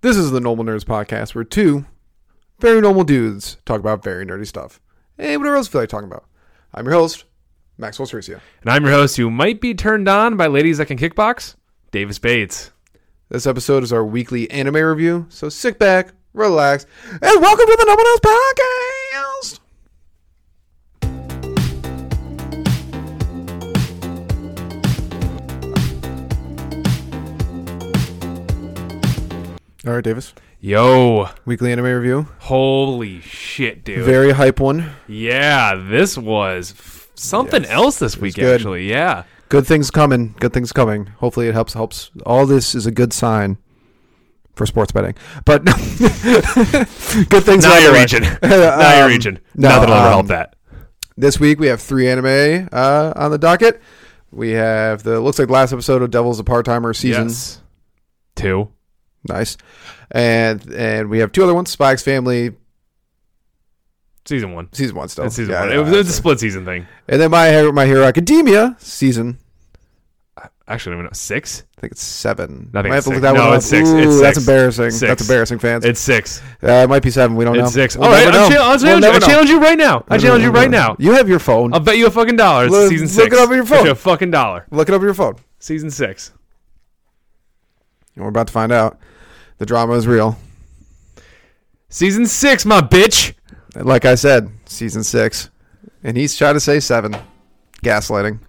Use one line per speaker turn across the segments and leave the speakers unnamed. This is the Normal Nerds Podcast, where two very normal dudes talk about very nerdy stuff. And whatever else feel like talking about. I'm your host, Maxwell Cerisio.
And I'm your host, who might be turned on by ladies that can kickbox, Davis Bates.
This episode is our weekly anime review, so sit back, relax, and welcome to the Normal Nerds Podcast! All right, Davis.
Yo,
Weekly anime review.
holy shit, dude.
Very hype one.
yeah, this was f- something
Yes,
else this week,
good.
actually. Yeah.
Good things coming. Good things coming. Hopefully it helps. Helps. All this is a good sign for sports betting. But good things.
Now
are
you're
underway.
reaching. now you're
Um,
reaching.
no,
Nothing will ever
um,
help that.
This week we have three anime uh, on the docket. We have the looks like last episode of Devil's a Part Timer season.
Yes. Two.
Nice, and and we have two other ones. Spike's Family
Season one.
season one still.
That's season
Oh, Yeah,
one.
yeah,
it, was, it was a
that's
split season thing.
it. and then my Hero- my Hero Academia season.
Actually, I don't even know. Six?
I think it's seven.
I think
Might have
it's
to look
six.
that
No,
one
it's
up.
six. It's
Ooh, that's
six.
embarrassing.
Six.
That's embarrassing, fans.
It's six.
Uh, it might be seven. We don't know.
It's 6
We'll
All right,
never know.
I challenge, I'll
We'll
challenge,
never
I
know.
challenge you right now. I
Never
challenge you
know.
right now.
You have your phone.
I'll bet you a fucking dollar. It's
Look-
season
look
six.
it up on your
Bet you
phone.
a fucking dollar.
Look it up on your phone.
Season six.
And we're about to find out. The drama is real.
Season six, my bitch.
And Like I said, season six. And he's trying to say seven. Gaslighting.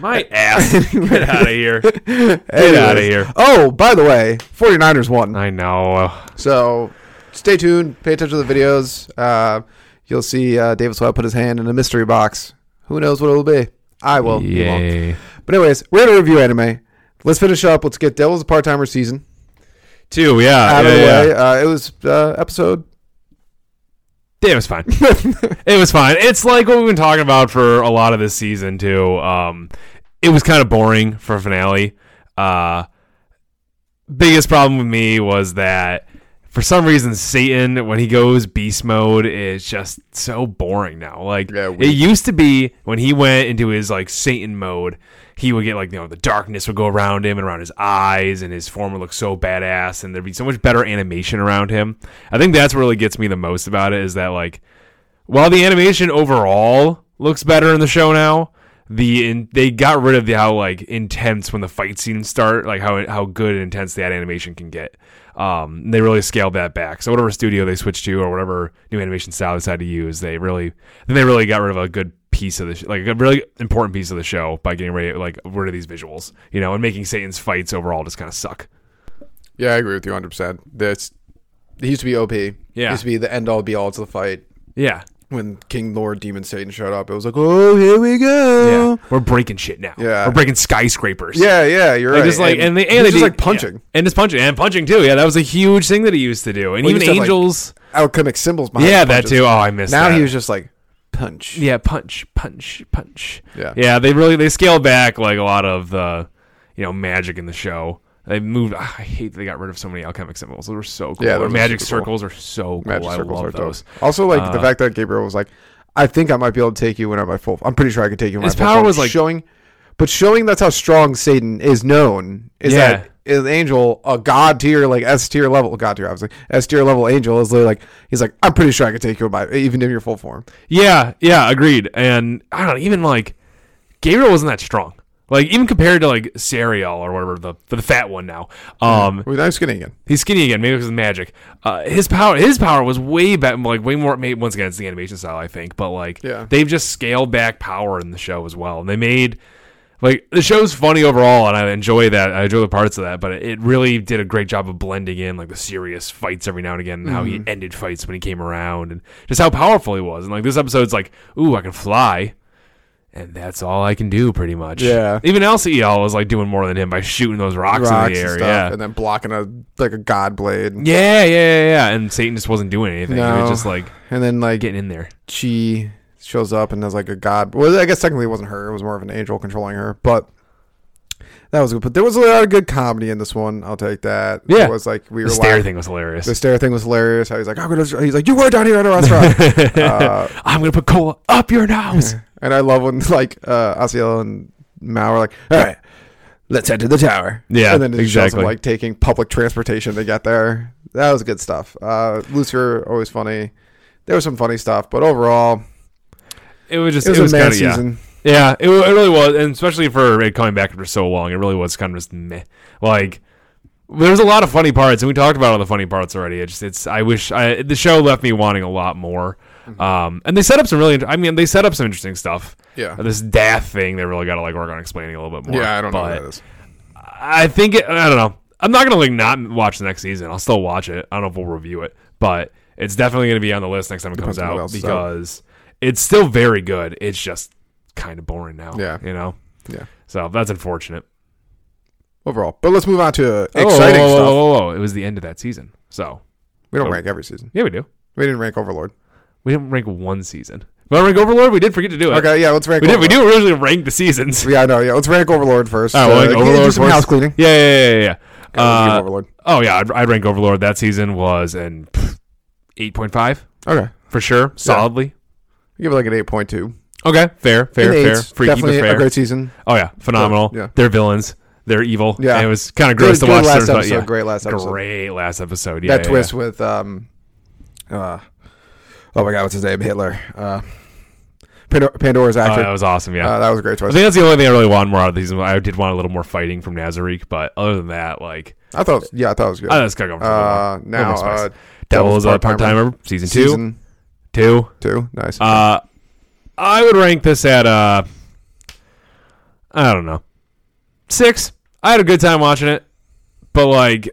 My ass. Get out of here.
Anyways.
outta here.
Oh, by the way, 49ers won.
I know.
So stay tuned. Pay attention to the videos. Uh, you'll see uh, David Swell put his hand in a mystery box. Who knows what it'll be? I will. Oh, He won't.
Yay.
But anyways, we're going to review anime. Let's finish up. Let's get Devil's a Part-Timer season.
Two, yeah.
out
yeah,
of the
yeah.
way. Uh, it was uh, episode.
Damn, it was fine. it was fine. It's like what we've been talking about for a lot of this season too. Um, it was kind of boring for a finale. Uh, biggest problem with me was that for some reason Satan, when he goes beast mode, is just so boring now. Like
Yeah,
it
weak.
used to be when he went into his like Satan mode, he would get like you know the darkness would go around him and around his eyes, and his form would look so badass, and there'd be so much better animation around him. I think that's what really gets me the most about it is that like while the animation overall looks better in the show now, the in, they got rid of the how like intense when the fight scenes start, like how how good and intense that animation can get. Um, they really scaled that back. So whatever studio they switched to or whatever new animation style they decided to use, they really then they really got rid of a good piece of the sh- like a really important piece of the show by getting rid of, like rid of these visuals, you know, and making Satan's fights overall just kind of suck.
Yeah, I agree with you 100. percent That's he used to be OP.
Yeah.
used to be the end all be all to the fight.
Yeah,
When King Lord Demon Satan showed up, it was like, oh, here we
yeah,
go.
we're breaking shit now.
Yeah.
we're breaking skyscrapers.
Yeah, yeah, you're
Like
right.
just like and, they
he
and
was
they
just
did-
like punching
yeah. and just punching and punching too. Yeah, that was a huge thing that he used to do. And
Well, he
even
used to have, like,
angels.
alchemic symbols. Behind
yeah,
the
that
punches.
too. Oh, I missed
Now
that.
he was just like punch.
yeah, punch, punch, punch.
Yeah.
yeah. They really they scaled back like a lot of the you know magic in the show. They moved. ah, I hate that they got rid of so many alchemic symbols. Those were so cool.
Yeah,
Their
those were
magic
super cool.
circles are so cool.
Magic
Oh, I
circles are
love
dope.
those.
Also, like the
Uh,
fact that Gabriel was like, I think I might be able to take you when I'm at full. I'm pretty sure I could take you when
His
I'm at full
power
form."
was, like-
showing, but showing that's how strong Satan is known is
Yeah.
that an angel, a god tier, like S tier level, god tier obviously, S tier level angel is literally like he's like, I'm pretty sure I could take you in my even in your full form.
Yeah, yeah, agreed. And I don't know, even like Gabriel wasn't that strong. Like even compared to like Serial or whatever the the fat one now. Um,
Wait, I'm skinny again.
He's skinny again, maybe because of magic. Uh, his power, his power was way back, like way more. Maybe once again, it's the animation style, I think. But like,
Yeah.
they've just scaled back power in the show as well. And they made like the show's funny overall, and I enjoy that. I enjoy the parts of that, but it really did a great job of blending in like the serious fights every now and again, and how he
Mm-hmm.
ended fights when he came around, and just how powerful he was. And like this episode's like, ooh, I can fly. And that's all I can do, pretty much.
Yeah.
Even LCL was like doing more than him by shooting those rocks, in
Rocks
the air.
and stuff,
yeah.
and then blocking a like a god blade,
Yeah, yeah, yeah, yeah. And Satan just wasn't doing anything. He
No.
was just like
and then like
getting in there.
she shows up and there's like a god. Well, I guess technically it wasn't her; it was more of an angel controlling her. But that was good. But there was a lot of good comedy in this one. I'll take that.
Yeah.
it was like we
The
were
stare
laughing.
thing was hilarious.
The stare thing was hilarious. How he's like, I'm gonna. He's like, you were down here at a restaurant. uh,
I'm gonna put cola up your nose.
and I love when like uh, Asiel and Mao are like, all right. Let's head to the tower.
Yeah,
and then it shows them
exactly.
like taking public transportation. They get there. that was good stuff. Uh, Lucifer always funny. There was some funny stuff, but overall,
It was just
it was, a
kind
mad
of yeah.
season.
Yeah, it, wa- it really was, and especially for it coming back after so long, it really was kind of just meh. Like, there's a lot of funny parts, and we talked about all the funny parts already. It just, it's, I wish I, the show left me wanting a lot more.
Mm-hmm.
Um, and they set up some really, int- I mean, they set up some interesting stuff.
Yeah.
This Daff thing, they really got to like work on explaining a little bit more.
Yeah, I don't know
But
what that is.
I think it, I don't know. I'm not gonna like not watch the next season. I'll still watch it. I don't know if we'll review it, but it's definitely gonna be on the list next time it
Depends
comes
on what
out
else is out.
because it's still very good. It's just kind of boring now.
Yeah.
you know.
Yeah.
So that's unfortunate.
Overall, but let's move on to uh,
Oh,
exciting
whoa, whoa,
stuff.
Whoa, whoa, whoa. It was the end of that season. So
We don't
Oh.
rank every season.
yeah, we do.
We didn't rank Overlord.
We didn't rank one season. We rank Overlord. We did forget to do it.
Okay, yeah, let's rank.
We did. We
Overlord.
do originally rank the seasons.
Yeah, I know. Yeah, let's rank Overlord first.
All right, we'll rank
do
Overlord
some
first.
house cleaning.
Yeah, yeah, yeah, yeah. yeah.
Yeah, let's give
Uh,
Overlord.
oh yeah, I'd, I'd rank Overlord. That season was an eight point five.
Okay,
for sure, solidly.
we give it like an eight point two.
Okay, fair, fair, fair. Freaky but
definitely
fair.
a great season.
Oh yeah, phenomenal.
Yeah.
They're villains. They're evil.
Yeah.
and it was kind of gross
good,
to watch.
good last
certain-
episode.
yeah.
Great last episode.
Great last episode. Yeah,
that
yeah,
twist with um, uh, oh my god, what's his name? Hitler. Uh, Pandora, Pandora's
Yeah. Oh,
actor.
that was awesome. Yeah,
Uh, that was a great
I
twist.
think that's the only thing I really wanted more out of the season. I did want a little more fighting from Nazarick, but other than that, like
I thought, yeah, I thought it was good.
I just gotta go for a little more-
Uh,
little
now,
more spice.
uh,
Devil's a part timer season two,
season
two.
two, nice.
Uh, I would rank this at uh, I don't know, six. I had a good time watching it, but like,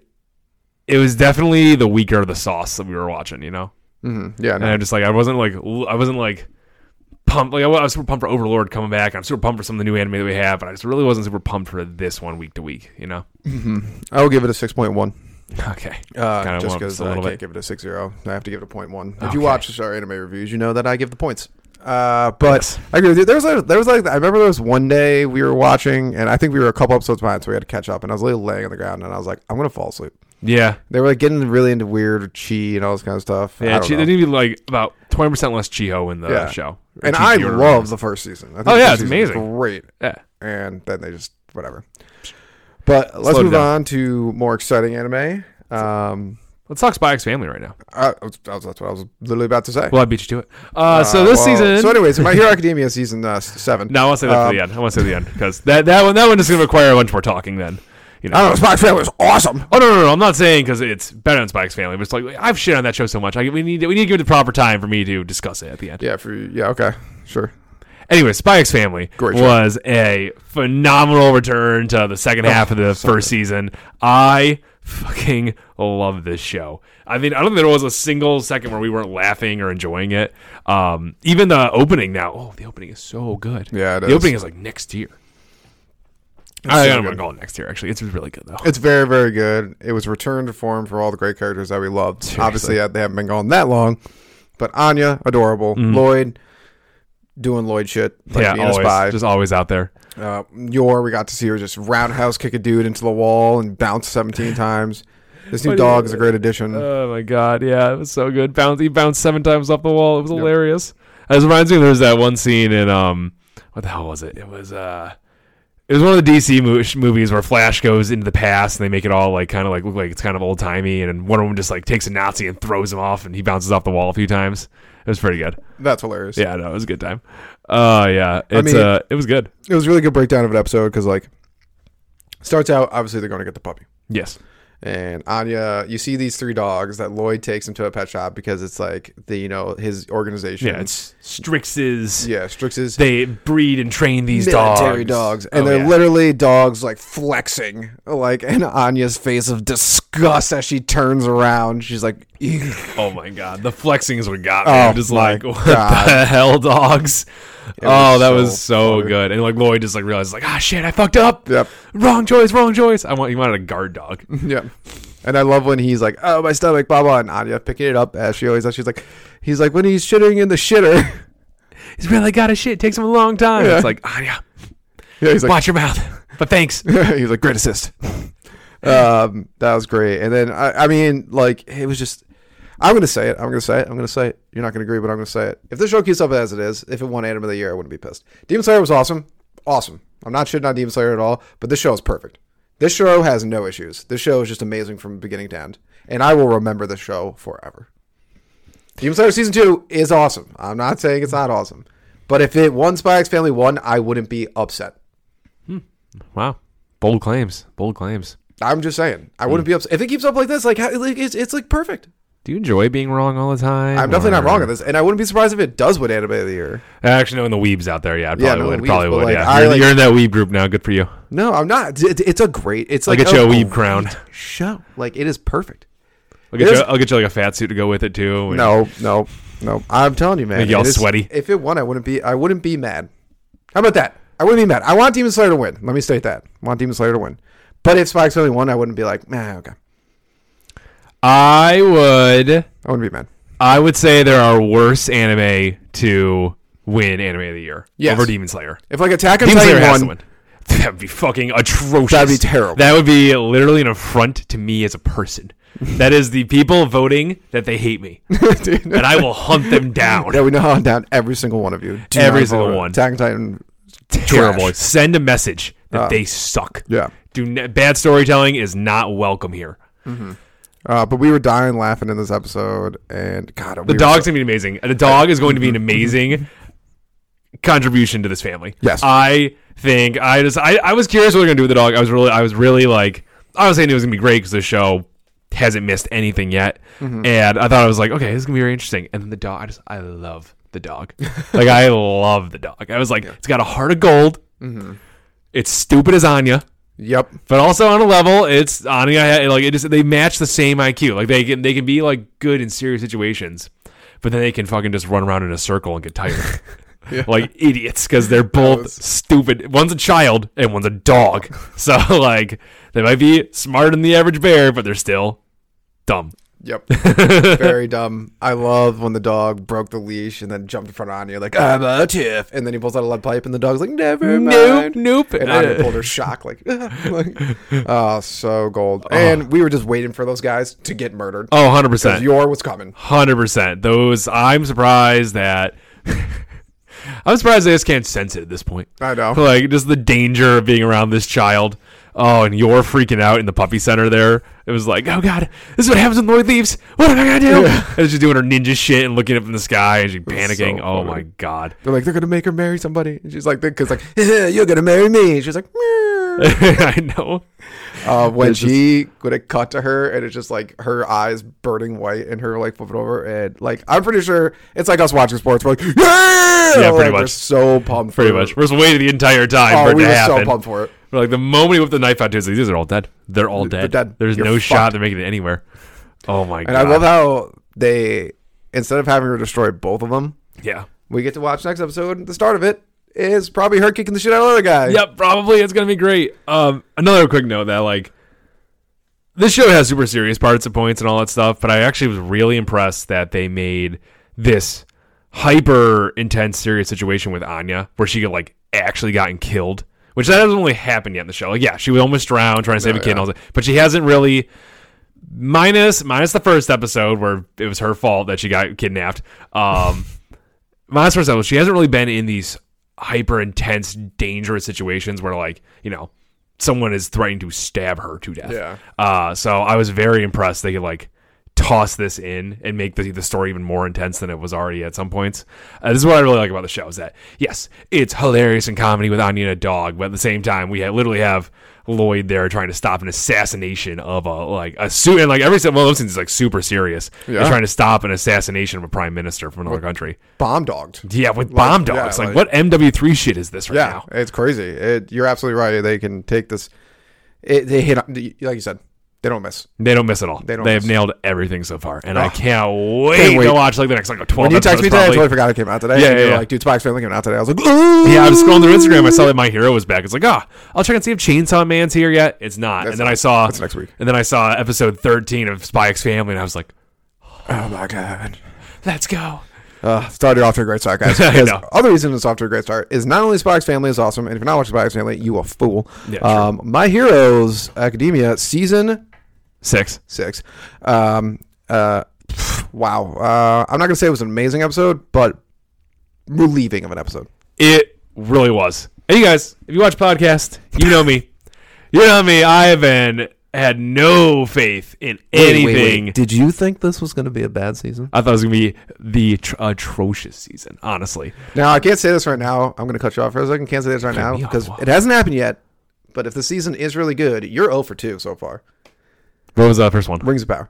it was definitely the weaker of the sauce that we were watching. You know,
hmm Yeah,
and
no.
I'm just like, I wasn't like, l- I wasn't like pumped. Like I wa- I was super pumped for Overlord coming back. I'm super pumped for some of the new anime that we have, but I just really wasn't super pumped for this one week to week. You know?
I will give it a six point one.
Okay.
Uh,
Kinda
just
went up
because
a
I
little
can't
bit.
give it a six zero. I have to give it a point one. If
Okay.
you watch our anime reviews, you know that I give the points. Uh, but I agree with you. There was a, there was like I remember there was one day we were watching, and I think we were a couple episodes behind, so we had to catch up. And I was literally laying on the ground, and I was like, I'm gonna fall asleep.
Yeah.
They were like getting really into weird chi and all this kind of stuff. I
Yeah.
don't
Chi-
know.
there need to be like about twenty percent less Chiho in the
Yeah.
show. Or
and
Chi-
I
Chi-
love the first season. I think
Oh,
the
yeah,
first
it's
season was
amazing.
great.
Yeah.
And then they just whatever. But let's
Slowed
move
down.
on to more exciting anime. Um,
Let's talk Spy X Family right now.
I, I was, that's what I was literally about to say.
Well, I beat you to it. Uh, so
Uh,
this
well,
season.
So, Um, anyways, My Hero Academia season uh, s- seven.
no, I want to say that for the end. I want to say the end because that that one that one is going to require a bunch more talking then. You know.
I don't know. Spy X Family was awesome.
Oh no, no, no! I'm not saying because it's better than Spike's Family, but it's like I've shit on that show so much. I, we need we need to give it the proper time for me to discuss it at the end.
Yeah, for yeah, okay, sure.
Anyway, Spike's Family
Great show.
was a phenomenal return to the second
Oh,
half of the first season. I fucking love this show. I mean, I don't think there was a single second where we weren't laughing or enjoying it. Um, even the opening now. Oh, the opening is so good.
Yeah, it
the
is.
opening is like next year. I,
so
I'm gonna
good.
call it next year. Actually, it's really good though.
It's very, very good. It was return to form for all the great characters that we loved. Obviously, uh, they haven't been gone that long, but Anya, adorable. Lloyd, doing Lloyd shit, like
Mm-hmm. yeah,
being
always
a spy.
just always out there.
Uh, Yor, we got to see her just roundhouse kick a dude into the wall and bounce 17 times. This new
What
dog
is-
is a great addition.
Oh my god, yeah, it was so good. Bounce, he bounced seven times off the wall. It was hilarious. It reminds me, there's that one scene in um, what the hell was it? It was uh, it was one of the DC mo- sh- movies where Flash goes into the past and they make it all like kind of like look like it's kind of old timey, and one of them just like takes a Nazi and throws him off, and he bounces off the wall a few times. It was pretty good.
That's hilarious.
Yeah, no, it was a good time. Oh yeah, it's
mean-
uh, it was good.
It was a really good breakdown of an episode because, like, starts out, obviously, they're going to get the puppy.
Yes,
And Anya, you see these three dogs that Lloyd takes him to a pet shop because it's like the, you know, his organization.
yeah, it's Strix's.
Um, yeah, Strix's
They breed and train these
military
dogs,
dogs, and
Oh,
they're
yeah.
literally dogs like flexing, like in Anya's face of disgust as she turns around. She's like, "Ew."
Oh my god, the flexing is what got me.
Oh
I'm just
my
like, what
God.
the hell, dogs? oh,
was
that
so
was so
funny.
good. And like Lloyd just like realized, like, ah, shit, I fucked up.
Yep.
Wrong choice, wrong choice. I want he wanted a guard dog.
Yeah. And I love when he's like, "Oh, my stomach, blah blah," and Anya picking it up as she always does. She's like, "He's like when he's shitting in the shitter."
He's really got a shit. Takes him a long time.
Yeah.
It's like, ah, yeah,
yeah, he's like,
watch your mouth. But thanks.
he's like, "Great assist." um, that was great. And then I, I mean, like, it was just. I'm gonna say it. I'm gonna say it. I'm gonna say it. You're not gonna agree, but I'm gonna say it. If this show keeps up as it is, if it won Anime of the Year, I wouldn't be pissed. Demon Slayer was awesome, awesome. I'm not shitting on Demon Slayer at all, but this show is perfect. This show has no issues. This show is just amazing from beginning to end. and I will remember the show forever. Demon Slayer season two is awesome. I'm not saying it's not awesome, but if it won Spy X Family one, I wouldn't be upset.
Wow. Bold claims. Bold claims.
I'm just saying, I
Mm.
wouldn't be upset if it keeps up like this. Like, how, like it's it's like perfect.
Do you enjoy being wrong all the time?
I'm definitely not
or-
wrong on this, and I wouldn't be surprised if it does win Anime of the Year.
Actually, knowing the weebs out there, yeah, I probably
Yeah, no,
would.
weebs,
probably
but,
would.
like,
yeah,
I,
you're,
like-
you're in that weeb group now. Good for you.
No, I'm not. It- It's a great. It's like
get you a weeb
great
crown.
show. Like it is perfect.
I'll get
It is-
you. I'll get you like a fat suit to go with it too. and-
No, no, no. I'm telling you, man.
Make you all
it is-
sweaty.
If it won, I wouldn't be. I wouldn't be mad. How about that? I wouldn't be mad. I want Demon Slayer to win. Let me state that. I want Demon Slayer to win. But if Spike's only won, I wouldn't be like, man, okay.
I would.
I wouldn't be mad.
I would say there are worse anime to win anime of the year
Yes.
over Demon Slayer.
If like Attack on
Demon Slayer has
Titan
to
won,
win. That would be fucking atrocious.
That'd be terrible.
That would be literally an affront to me as a person. that is the people voting that they hate me,
Dude.
and I will hunt them down.
yeah, we know how I'm down every single one of you. Do
Every
not
single
vote.
one.
Attack on Titan.
Terrible.
Trash.
Send a message that
Uh.
they suck.
Yeah.
Do ne- bad storytelling is not welcome here.
Uh, but we were dying laughing in this episode, and God,
The dog's gonna be amazing. The dog is going to be an amazing contribution to this family.
Yes.
I think I just I, I was curious what they're gonna do with the dog. I was really I was really like I was saying it was gonna be great because the show hasn't missed anything yet, and I thought I was like okay this is gonna be very interesting. And then the dog I just I love the dog. like I love the dog. I was like it's got a heart of gold. It's stupid as Anya.
Yep.
But also on a level, it's Anya like it is. They match the same IQ. Like they can they can be like good in serious situations, but then they can fucking just run around in a circle and get tired, like idiots, because they're both stupid. One's a child and one's a dog. So like they might be smarter than the average bear, but they're still dumb.
Yep. Very dumb. I love when the dog broke the leash and then jumped in front of Anya like I'm a tiff, and then he pulls out a lead pipe, and the dog's like never
Nope,
mind.
nope.
And Anya pulled her shock like, like, oh, so gold.
Uh,
And we were just waiting for those guys to get murdered.
Oh, 100 percent.
'Cause Yor was coming.
Hundred percent. Those I'm surprised that I'm surprised they just can't sense it at this point.
I know.
Like just the danger of being around this child. Oh, and you're freaking out in the puppy center there. It was like, oh god, this is what happens when Lloyd leaves. What am I gonna do? And she's doing her ninja shit and looking up in the sky and she's panicking.
so
oh
funny.
my god.
They're like, they're gonna make her marry somebody. And she's like, because like, you're gonna marry me. And she's like, "Meow."
I know.
uh, when she when it cut to her, and it's just like her eyes burning white, and her like flipping over, and like I'm pretty sure it's like us watching sports. We're like, yeah,
Yeah, pretty
Like, We're
much.
so pumped.
Pretty
for
much. We're just waiting the entire time
Oh,
for it
we
to
were
happen.
so pumped for it.
But, like the moment he whipped the knife out to us, like, these are all dead. They're all dead.
dead.
There's
You're
no shot
fucked.
they're making it anywhere. Oh my god.
And I love how they instead of having her destroy both of them,
Yeah.
we get to watch next episode. The start of it is probably her kicking the shit out of the other guy.
Yep, probably it's gonna be great. Um, another quick note that like this show has super serious parts and points and all that stuff, but I actually was really impressed that they made this hyper intense serious situation with Anya where she like actually gotten killed, which that hasn't really happened yet in the show. Like, yeah, she was almost drowned trying to save a kid, and all that, but she hasn't really. Minus minus the first episode where it was her fault that she got kidnapped. Um, minus the first episode, she hasn't really been in these hyper intense, dangerous situations where like you know someone is threatening to stab her to death.
Yeah.
Uh, so I was very impressed they could like toss this in and make the, the story even more intense than it was already at some points. Uh, this is what I really like about the show is that yes, it's hilarious and comedy with Anya and a dog, but at the same time we ha- literally have Lloyd there trying to stop an assassination of a like a suit and like every single one of those things is like super serious. They're
Yeah.
trying to stop an assassination of a prime minister from another country.
Bomb dogged.
Yeah, with bomb
yeah,
dogs. like,
like-
what MW3 shit is this right
Yeah,
now?
it's crazy. It, you're absolutely right. They can take this. It, they hit like you said. They don't miss.
They don't miss it all. They,
don't
have
miss.
nailed everything so far, and I can't wait,
Can't wait.
to watch like the next like twelve.
When you
episodes
text me today, I
probably.
totally forgot it came out today. and
Yeah, yeah,
you were
yeah. Oh
like, dude, Spike's family came out today. I was like, ooh.
Yeah, I'm scrolling through Instagram. I saw that My Hero was back. It's like, ah, I'll check and see if Chainsaw Man's here yet. It's not. and then I saw
that's next week.
And then I saw episode 13 of Spy X Family, and I was like,
Oh my god.
let's go.
Uh, started off to a great start, guys.
I
Because
know.
other reason it's off to a great start is not only Spike's Family is awesome, and if you're not watching Spike's Family, you a fool.
Yeah, true.
um, My Heroes Academia season
Six.
six. Um, uh, pff, wow. Uh, I'm not gonna say it was an amazing episode, but relieving of an episode.
It really was. And you guys, if you watch podcast, you know me. You know me. I have been had no faith in
Wait,
anything.
wait, wait. Did you think this was going to be a bad season?
I thought it was gonna be the atro- atrocious season. Honestly,
Now I can't say this right now. I'm going to cut you off for a second. Can't say this right now
me off.
because it hasn't happened yet. But if the season is really good, you're 0 for 2 so far.
what was the first one?
Rings of Power.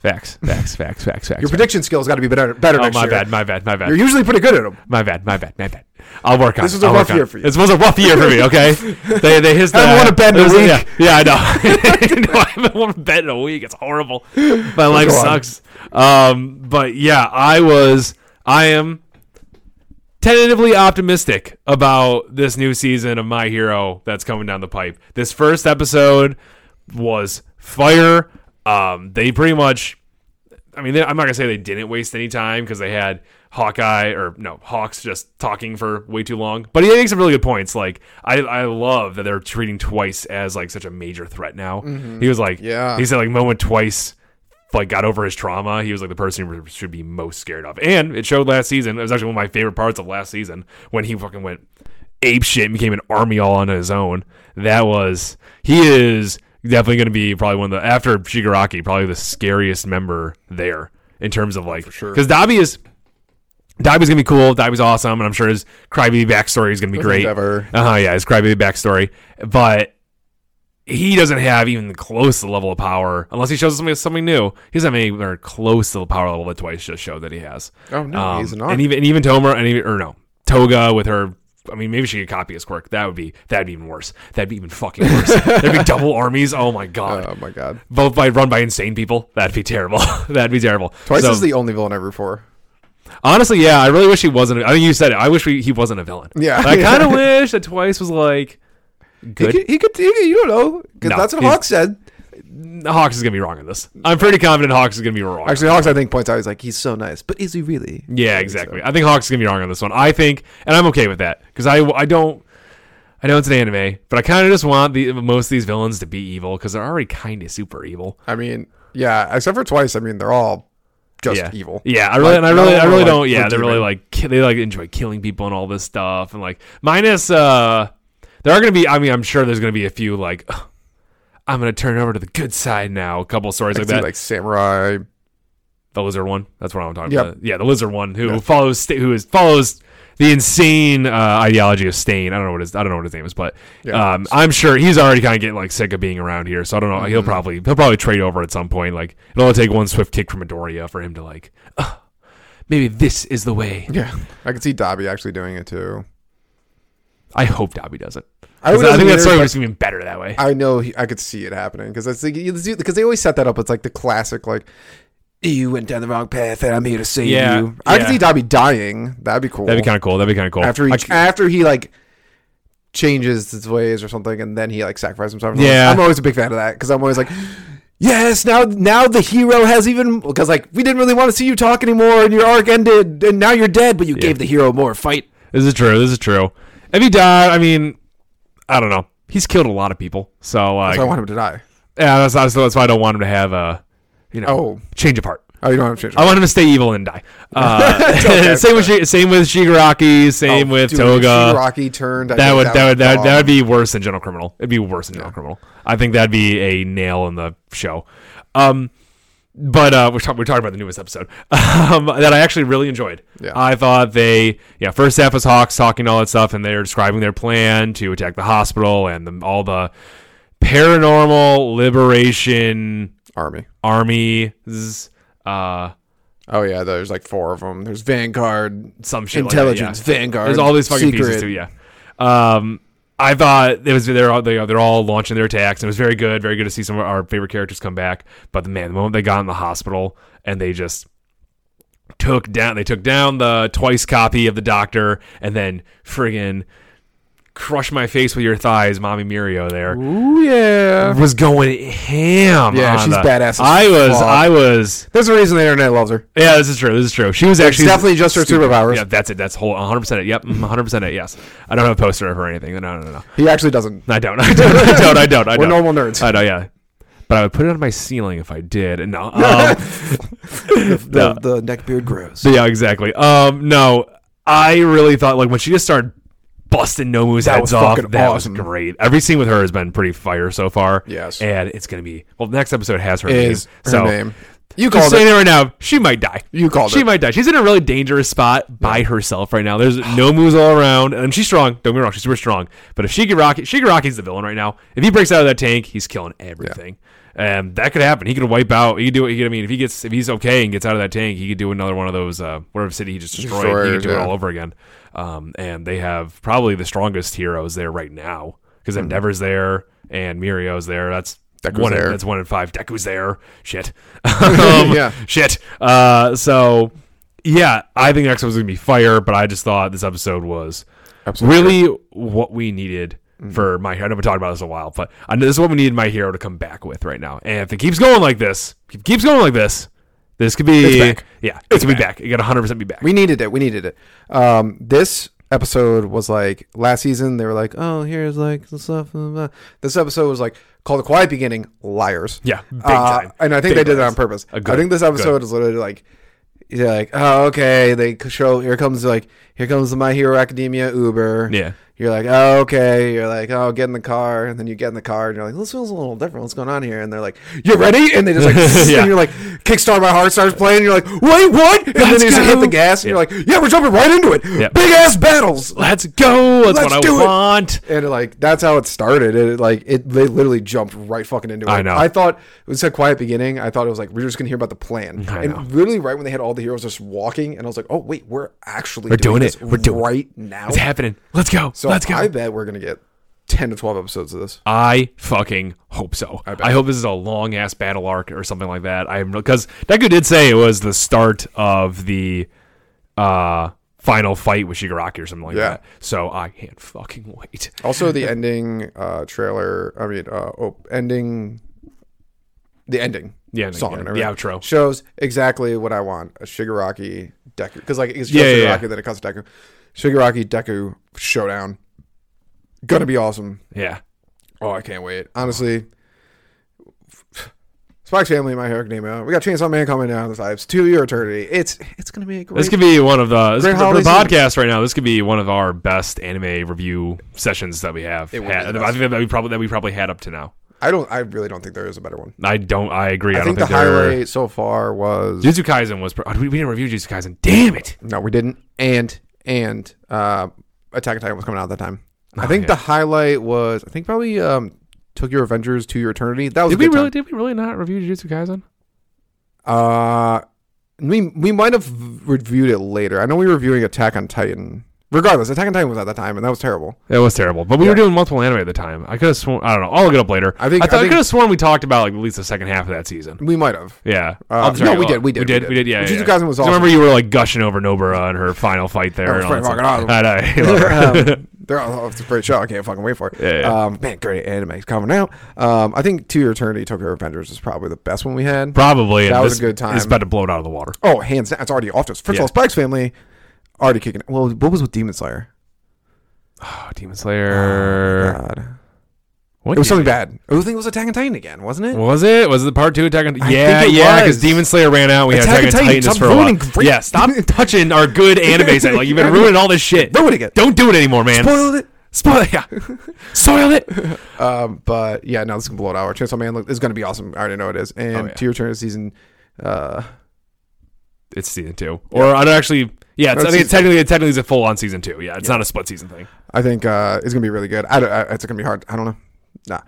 Facts, facts, facts, facts, facts.
Your prediction skills got to be better. Better
oh
next
my
year.
bad, my bad, my
You're
bad,
usually pretty good at them.
my bad, my bad, my bad. I'll work on.
This
it.
was a
I'll work
rough
on
year
it.
for you.
This was a rough year for me. Okay, they they his.
Haven't won a bet in a
Yeah, yeah, I know. No, I haven't won a bet in a week. It's horrible. My life
Go on.
sucks. Um, but yeah, I was. I am tentatively optimistic about this new season of My Hero that's coming down the pipe. This first episode was fire. Um, they pretty much, I mean, they, I'm not gonna say they didn't waste any time because they had Hawkeye or no Hawks just talking for way too long. But he makes some really good points. Like I, I love that they're treating twice as like such a major threat now. He was like,
Yeah.
he said like moment twice like got over his trauma. He was like the person who should be most scared of. And it showed last season. It was actually one of my favorite parts of last season when he fucking went ape shit and became an army all on his own. That was he is definitely going to be probably one of the after Shigaraki probably the scariest member there in terms of like because Dabi is. Dabi's gonna be cool. Dabi's awesome, and I'm sure his crybaby backstory is gonna be great.
Endeavor.
Uh huh. Yeah, his crybaby backstory, but he doesn't have even close to the level of power unless he shows us something something new. He doesn't have anywhere close to the power level that Twice just showed that he has.
Oh, no, he's not.
Um, And even and even Tomer and even, or no Toga with her. I mean, maybe she could copy his quirk. That would be that'd be even worse. That'd be even fucking worse. There'd be double armies. Oh my god.
Oh my god.
both by run by insane people. That'd be terrible. That'd be terrible.
Twice
So-
is the only villain I root for.
Honestly, yeah, I really wish he wasn't. I think you said it. I wish we, he wasn't a villain.
Yeah.
I kind of wish that Twice was like
He
good.
could, he could, he could- you don't know. 'cause
No,
that's what
he's-
Hawks said.
Hawks is gonna be wrong on this. I'm pretty confident Hawks is gonna be wrong.
Actually, Hawks, I think, points out he's like, he's so nice, but is he really?
yeah, exactly. I think Hawks is gonna be wrong on this one. I think, and I'm okay with that because I I don't. I know it's an anime, but I kind of just want the most of these villains to be evil because they're already kind of super evil.
I mean, yeah, except for twice. I mean, they're all just
yeah.
evil.
Yeah, I really, and I
no
really,
one
I really
like
don't. Yeah, they
redeeming.
really like ki- they like enjoy killing people and all this stuff, and like minus uh, there are gonna be. I mean, I'm sure there's gonna be a few like. "Ugh, I'm gonna turn over to the good side now. A couple stories
Like,
like that.
like samurai.
the lizard one. That's what I'm talking
Yep.
about. Yeah, the lizard one who follows sta- who is follows the insane uh, ideology of Stain. I don't know what his I don't know what his name is, but
Yeah.
um, I'm sure he's already kind of getting like sick of being around here. So I don't know. He'll
Mm-hmm.
probably he'll probably trade over at some point. Like it'll only take one swift kick from Midoriya for him to like. "Ugh, Maybe this is the way.
Yeah, I could see Dobby actually doing it too.
I hope Dobby does it.
I
'Cause
would
I, think that
either,
story
but
was even better that way.
I know he, I could see it happening because that's because they always set that up. It's like the classic, like you went down the wrong path, and I'm here to save
Yeah,
you. I could
yeah.
see Dobby dying. That'd be cool.
That'd be kind of cool. That'd be kind of cool.
after he
I c-
after he like changes his ways or something, and then he like sacrifices himself.
Yeah.
I'm always a big fan of that because I'm always like, yes, now now the hero has even because like we didn't really want to see you talk anymore, and your arc ended, and now you're dead, but you gave the hero more fight.
This is true. This is true. If he died, I mean, I don't know. He's killed a lot of people. So like,
So I want him to die.
Yeah, that's honestly that's why I don't want him to have a, you know,
Oh.
change of heart.
Oh, you don't have to change.
I want him to stay evil and die. Uh, same with Shi- same with Shigaraki.
Oh,
Same with Toga.
Rocky turned. I
that
think
would that would that would,
gone.
that would be worse than General Criminal. It'd be worse than General Criminal. I think that'd be a nail in the show. Um, but uh, we're, talk- we're talking about the newest episode um, that I actually really enjoyed.
Yeah.
I thought they, yeah, first half was Hawks talking all that stuff, and they're describing their plan to attack the hospital and the, all the paranormal liberation
army.
armies, uh,
Oh yeah, there's like four of them. There's Vanguard,
some shit like that, yeah.
Intelligence, Vanguard.
There's all these fucking
Secret.
pieces too. Yeah. Um, I thought it was they're all they, they're all launching their attacks. And it was very good, very good to see some of our favorite characters come back. But the man, the moment they got in the hospital and they just took down they took down the twice copy of the doctor and then friggin' crush my face with your thighs, mommy Mirio there
Ooh yeah.
was going ham.
Yeah,
on
she's
the-
badass as
I was
fuck.
I was
There's a reason the internet loves her.
yeah, this is true. This is true. She was actually
definitely just her
stupid.
superpowers.
Yeah, that's it. That's whole 100 percent it. Yep, 100 percent it. Yes, I don't have a poster of her or anything. No, no, no, no.
He actually doesn't.
I don't. I don't. I don't. I don't. I
We're
don't.
normal nerds.
I know. Yeah, but I would put it on my ceiling if I did. And no. Um,
the, the neck beard grows.
so yeah, exactly. Um, no, I really thought like when she just started busting Nomu's
That
heads
was
off.
fucking
That
awesome.
was great. Every scene with her has been pretty fire so far.
Yes.
and it's gonna be well. The next episode has her
Is
name.
her
so
name? You
just
called
saying
it.
it right now, she might die.
You called
She
it.
might die. She's in a really dangerous spot by herself right now. There's no moves all around, and she's strong. Don't get me wrong, she's super strong. But if Shigaraki, Shigaraki's the villain right now. If he breaks out of that tank, he's killing everything. And that could happen. He could wipe out. He could do it. He could, I mean, if he gets, if he's okay and gets out of that tank, he could do another one of those uh, whatever city he just destroyed. he could
Destroyed,
do it
yeah.
all over again. Um, and they have probably the strongest heroes there right now because Endeavor's there and Mirio's there. That's
Mm-hmm. Deku's
one. in-
there.
That's one in five. Deku's there. Shit. um,
Yeah.
Shit. Uh, so yeah, I think the next episode was gonna be fire, but I just thought this episode was really what we needed
Mm.
for my. I know we talked about this a while, but I know this is what we needed my hero to come back with right now. And if it keeps going like this, if it keeps going like this, this could be
It's back.
yeah, it could be back. It got 100 percent be back.
We needed it. We needed it. Um, this episode was like last season. They were like, "Oh, here's like the stuff." blah, blah. This episode was like called "The Quiet Beginning." Liars.
yeah, big
Uh,
time.
and I think
Big
they did that
lies.
on purpose.
Uh, good.
I think this episode is literally like, yeah, like oh okay, they c- show here comes like here comes the My Hero Academia Uber.
Yeah.
You're like, oh, okay. You're like, oh, get in the car. And then you get in the car and you're like, this feels a little different. What's going on here? And they're like, you ready? And they just like,
Yeah.
and you're like, Kickstart My Heart starts playing. you're like, wait, what? And
Let's
then you just
go.
hit the gas and you're like, yeah, we're jumping right into it. Big ass battles.
Let's go. That's
Let's
what I
do it.
want.
And like that's how it started. It like it they literally jumped right fucking into it.
I know.
I thought it was a quiet beginning. I thought it was like we're just gonna hear about the plan.
I
and
know.
literally right when they had all the heroes just walking, and I was like, oh wait, we're actually
doing
this
it. We're doing it.
right now.
It's happening. Let's go.
so
Let's go.
I bet we're gonna get ten to twelve episodes of this.
I fucking hope so. I, hope this is a long ass battle arc or something like that. I'm because Deku did say it was the start of the uh final fight with Shigaraki or something like
Yeah.
that. So I can't fucking wait.
Also, the ending uh, trailer. I mean, uh, oh, ending. The ending.
The ending,
song
yeah.
and
The
everything
outro.
shows exactly what I want. A Shigaraki Deku because like it's
Yeah,
just
yeah,
Shigaraki
yeah.
then it cuts to Deku. Shigaraki Deku showdown. Gonna be awesome.
Yeah.
Oh, I can't wait. Honestly. Spike's family, my hero name out. We got Chainsaw Man coming down the pipes. Two year eternity. It's it's gonna be a great
This could be one of the, this
Great
could- for the
holiday
podcast right now. This could be one of our best anime review sessions that we have.
It would
had.
be the
I think that we probably that we probably had up to now.
I don't I really don't think there is a better one.
I don't. I agree. I,
I
don't
think the
think there. were-
highlight so far was
Jujutsu Kaisen was. pr- oh, we we didn't review Jujutsu Kaisen. Damn it.
No, we didn't. And and uh, Attack on Titan was coming out at that time.
Ah,
I think the highlight was I think probably um, Tokyo Avengers to Your Eternity. That was
Did
a
we
good
really? Did we really not review Jujutsu Kaisen?
time. Uh, we we might have v- reviewed it later. I know we were reviewing Attack on Titan. Regardless, Attack on Titan was at that time, and that was terrible.
It was terrible, but we were doing multiple anime at the time. I could have sworn. I don't know. I'll look it up later. I
I
think
think-
I, thought,
I
I,
think-
could have sworn we talked about like at least the second half of that season.
We might have.
Yeah.
Uh,
I'm sorry.
no, we
Oh,
did, we did, we
We did.
did.
We did. Yeah.
Jujutsu
yeah.
Kaisen was
'Cause I
awesome.
Remember, you were like gushing over Nobara and her final fight there.
was
and all
pretty
that
fucking
stuff. I know. I love her.
um, they're all, it's a great show. I can't fucking wait for it.
Yeah, yeah.
Um, man, great anime coming out. Um, I think To Your Eternity, Tokyo Avengers is probably the best one we had.
Probably. and
That was
this
a good time.
It's about to blow it out of the water.
Oh, hands down. It's already off to us. First
Yeah.
of all, Spike's family already kicking it. Well, what was with Demon Slayer? Oh,
Oh, Demon Slayer.
God.
what
Uh, It was
Demon-
something bad. I think it was Attack on Titan again, wasn't it?
Was it? Was it the part two Attack on Titan?
I
Yeah,
think it
yeah,
was.
because Demon Slayer ran out. We had
Attack
Attack
on
on
Titan,
Titan
stop
for a while.
ruining great-
Yeah, stop touching our good anime. site. Like you've been ruining all this shit.
Ruining it.
Don't do it anymore, man.
Spoiled it.
Spoil yeah. Soiled it.
Um, but yeah, no, this is gonna blow it out. Chainsaw Man look, is gonna be awesome. I already know it is. And
Oh, yeah.
to your turn this season, uh,
It's season two. Or I don't actually yeah, it's,
No, it's
I think it's technically it technically is a full on season two. Yeah, it's not a split season thing.
I think uh, it's gonna be really good. I, don't, I it's gonna be hard. I don't know. Nah.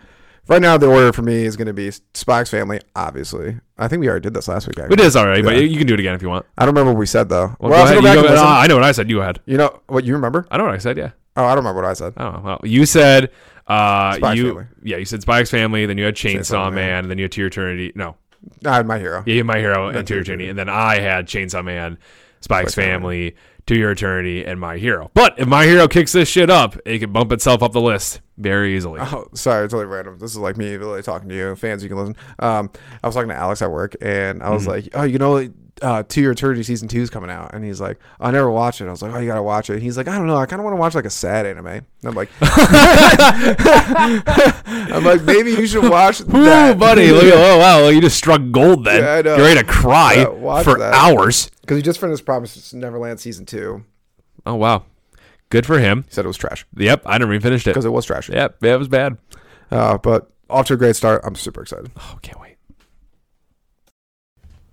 Right now, the order for me is gonna be Spike's family. Obviously, I think we already did this last week. Actually.
It is alright, but you can do it again if you want.
I don't remember what we said though. Well,
Go
I'll have
ahead,
to go
you
back
go-
and listen.
uh, I know what I said. You go ahead.
you know what you remember?
I know what I said, yeah.
Oh, I don't remember what I said.
I don't know. Well, you said uh
Spike's
you
Family.
yeah, you said Spike's family, then you had Chainsaw,
Man.
Man, and then you had To Your Eternity. No.
Ah, my hero.
Yeah, My Hero and To Your Eternity. And then I had Chainsaw Man, Spike's Family, To Your Eternity, and My Hero. But if My Hero kicks this shit up, it could bump itself up the list very easily.
Oh, sorry, totally random. This is like me really talking to you, fans. You can listen. Um, I was talking to Alex at work, and I was
Mm-hmm.
like, "Oh, you know, uh, Two Year Eternity season two is coming out," and he's like, "I never watch it." I was like, "Oh, you gotta watch it." And he's like, "I don't know. I kind of want to watch like a sad anime." And I'm like, "I'm like, maybe you should watch
Ooh,
that,
buddy! Look at oh wow! You just struck gold then.
Yeah, I know.
You're ready to cry
Yeah, watch
for
that.
hours.
because he just finished Promise Neverland season two.
Oh wow! Good for him.
He said it was trash
Yep, I never even finished it.
because it was trash.
Yep, yeah, it was bad.
Uh, but off to a great start. I'm super excited.
Oh, can't wait.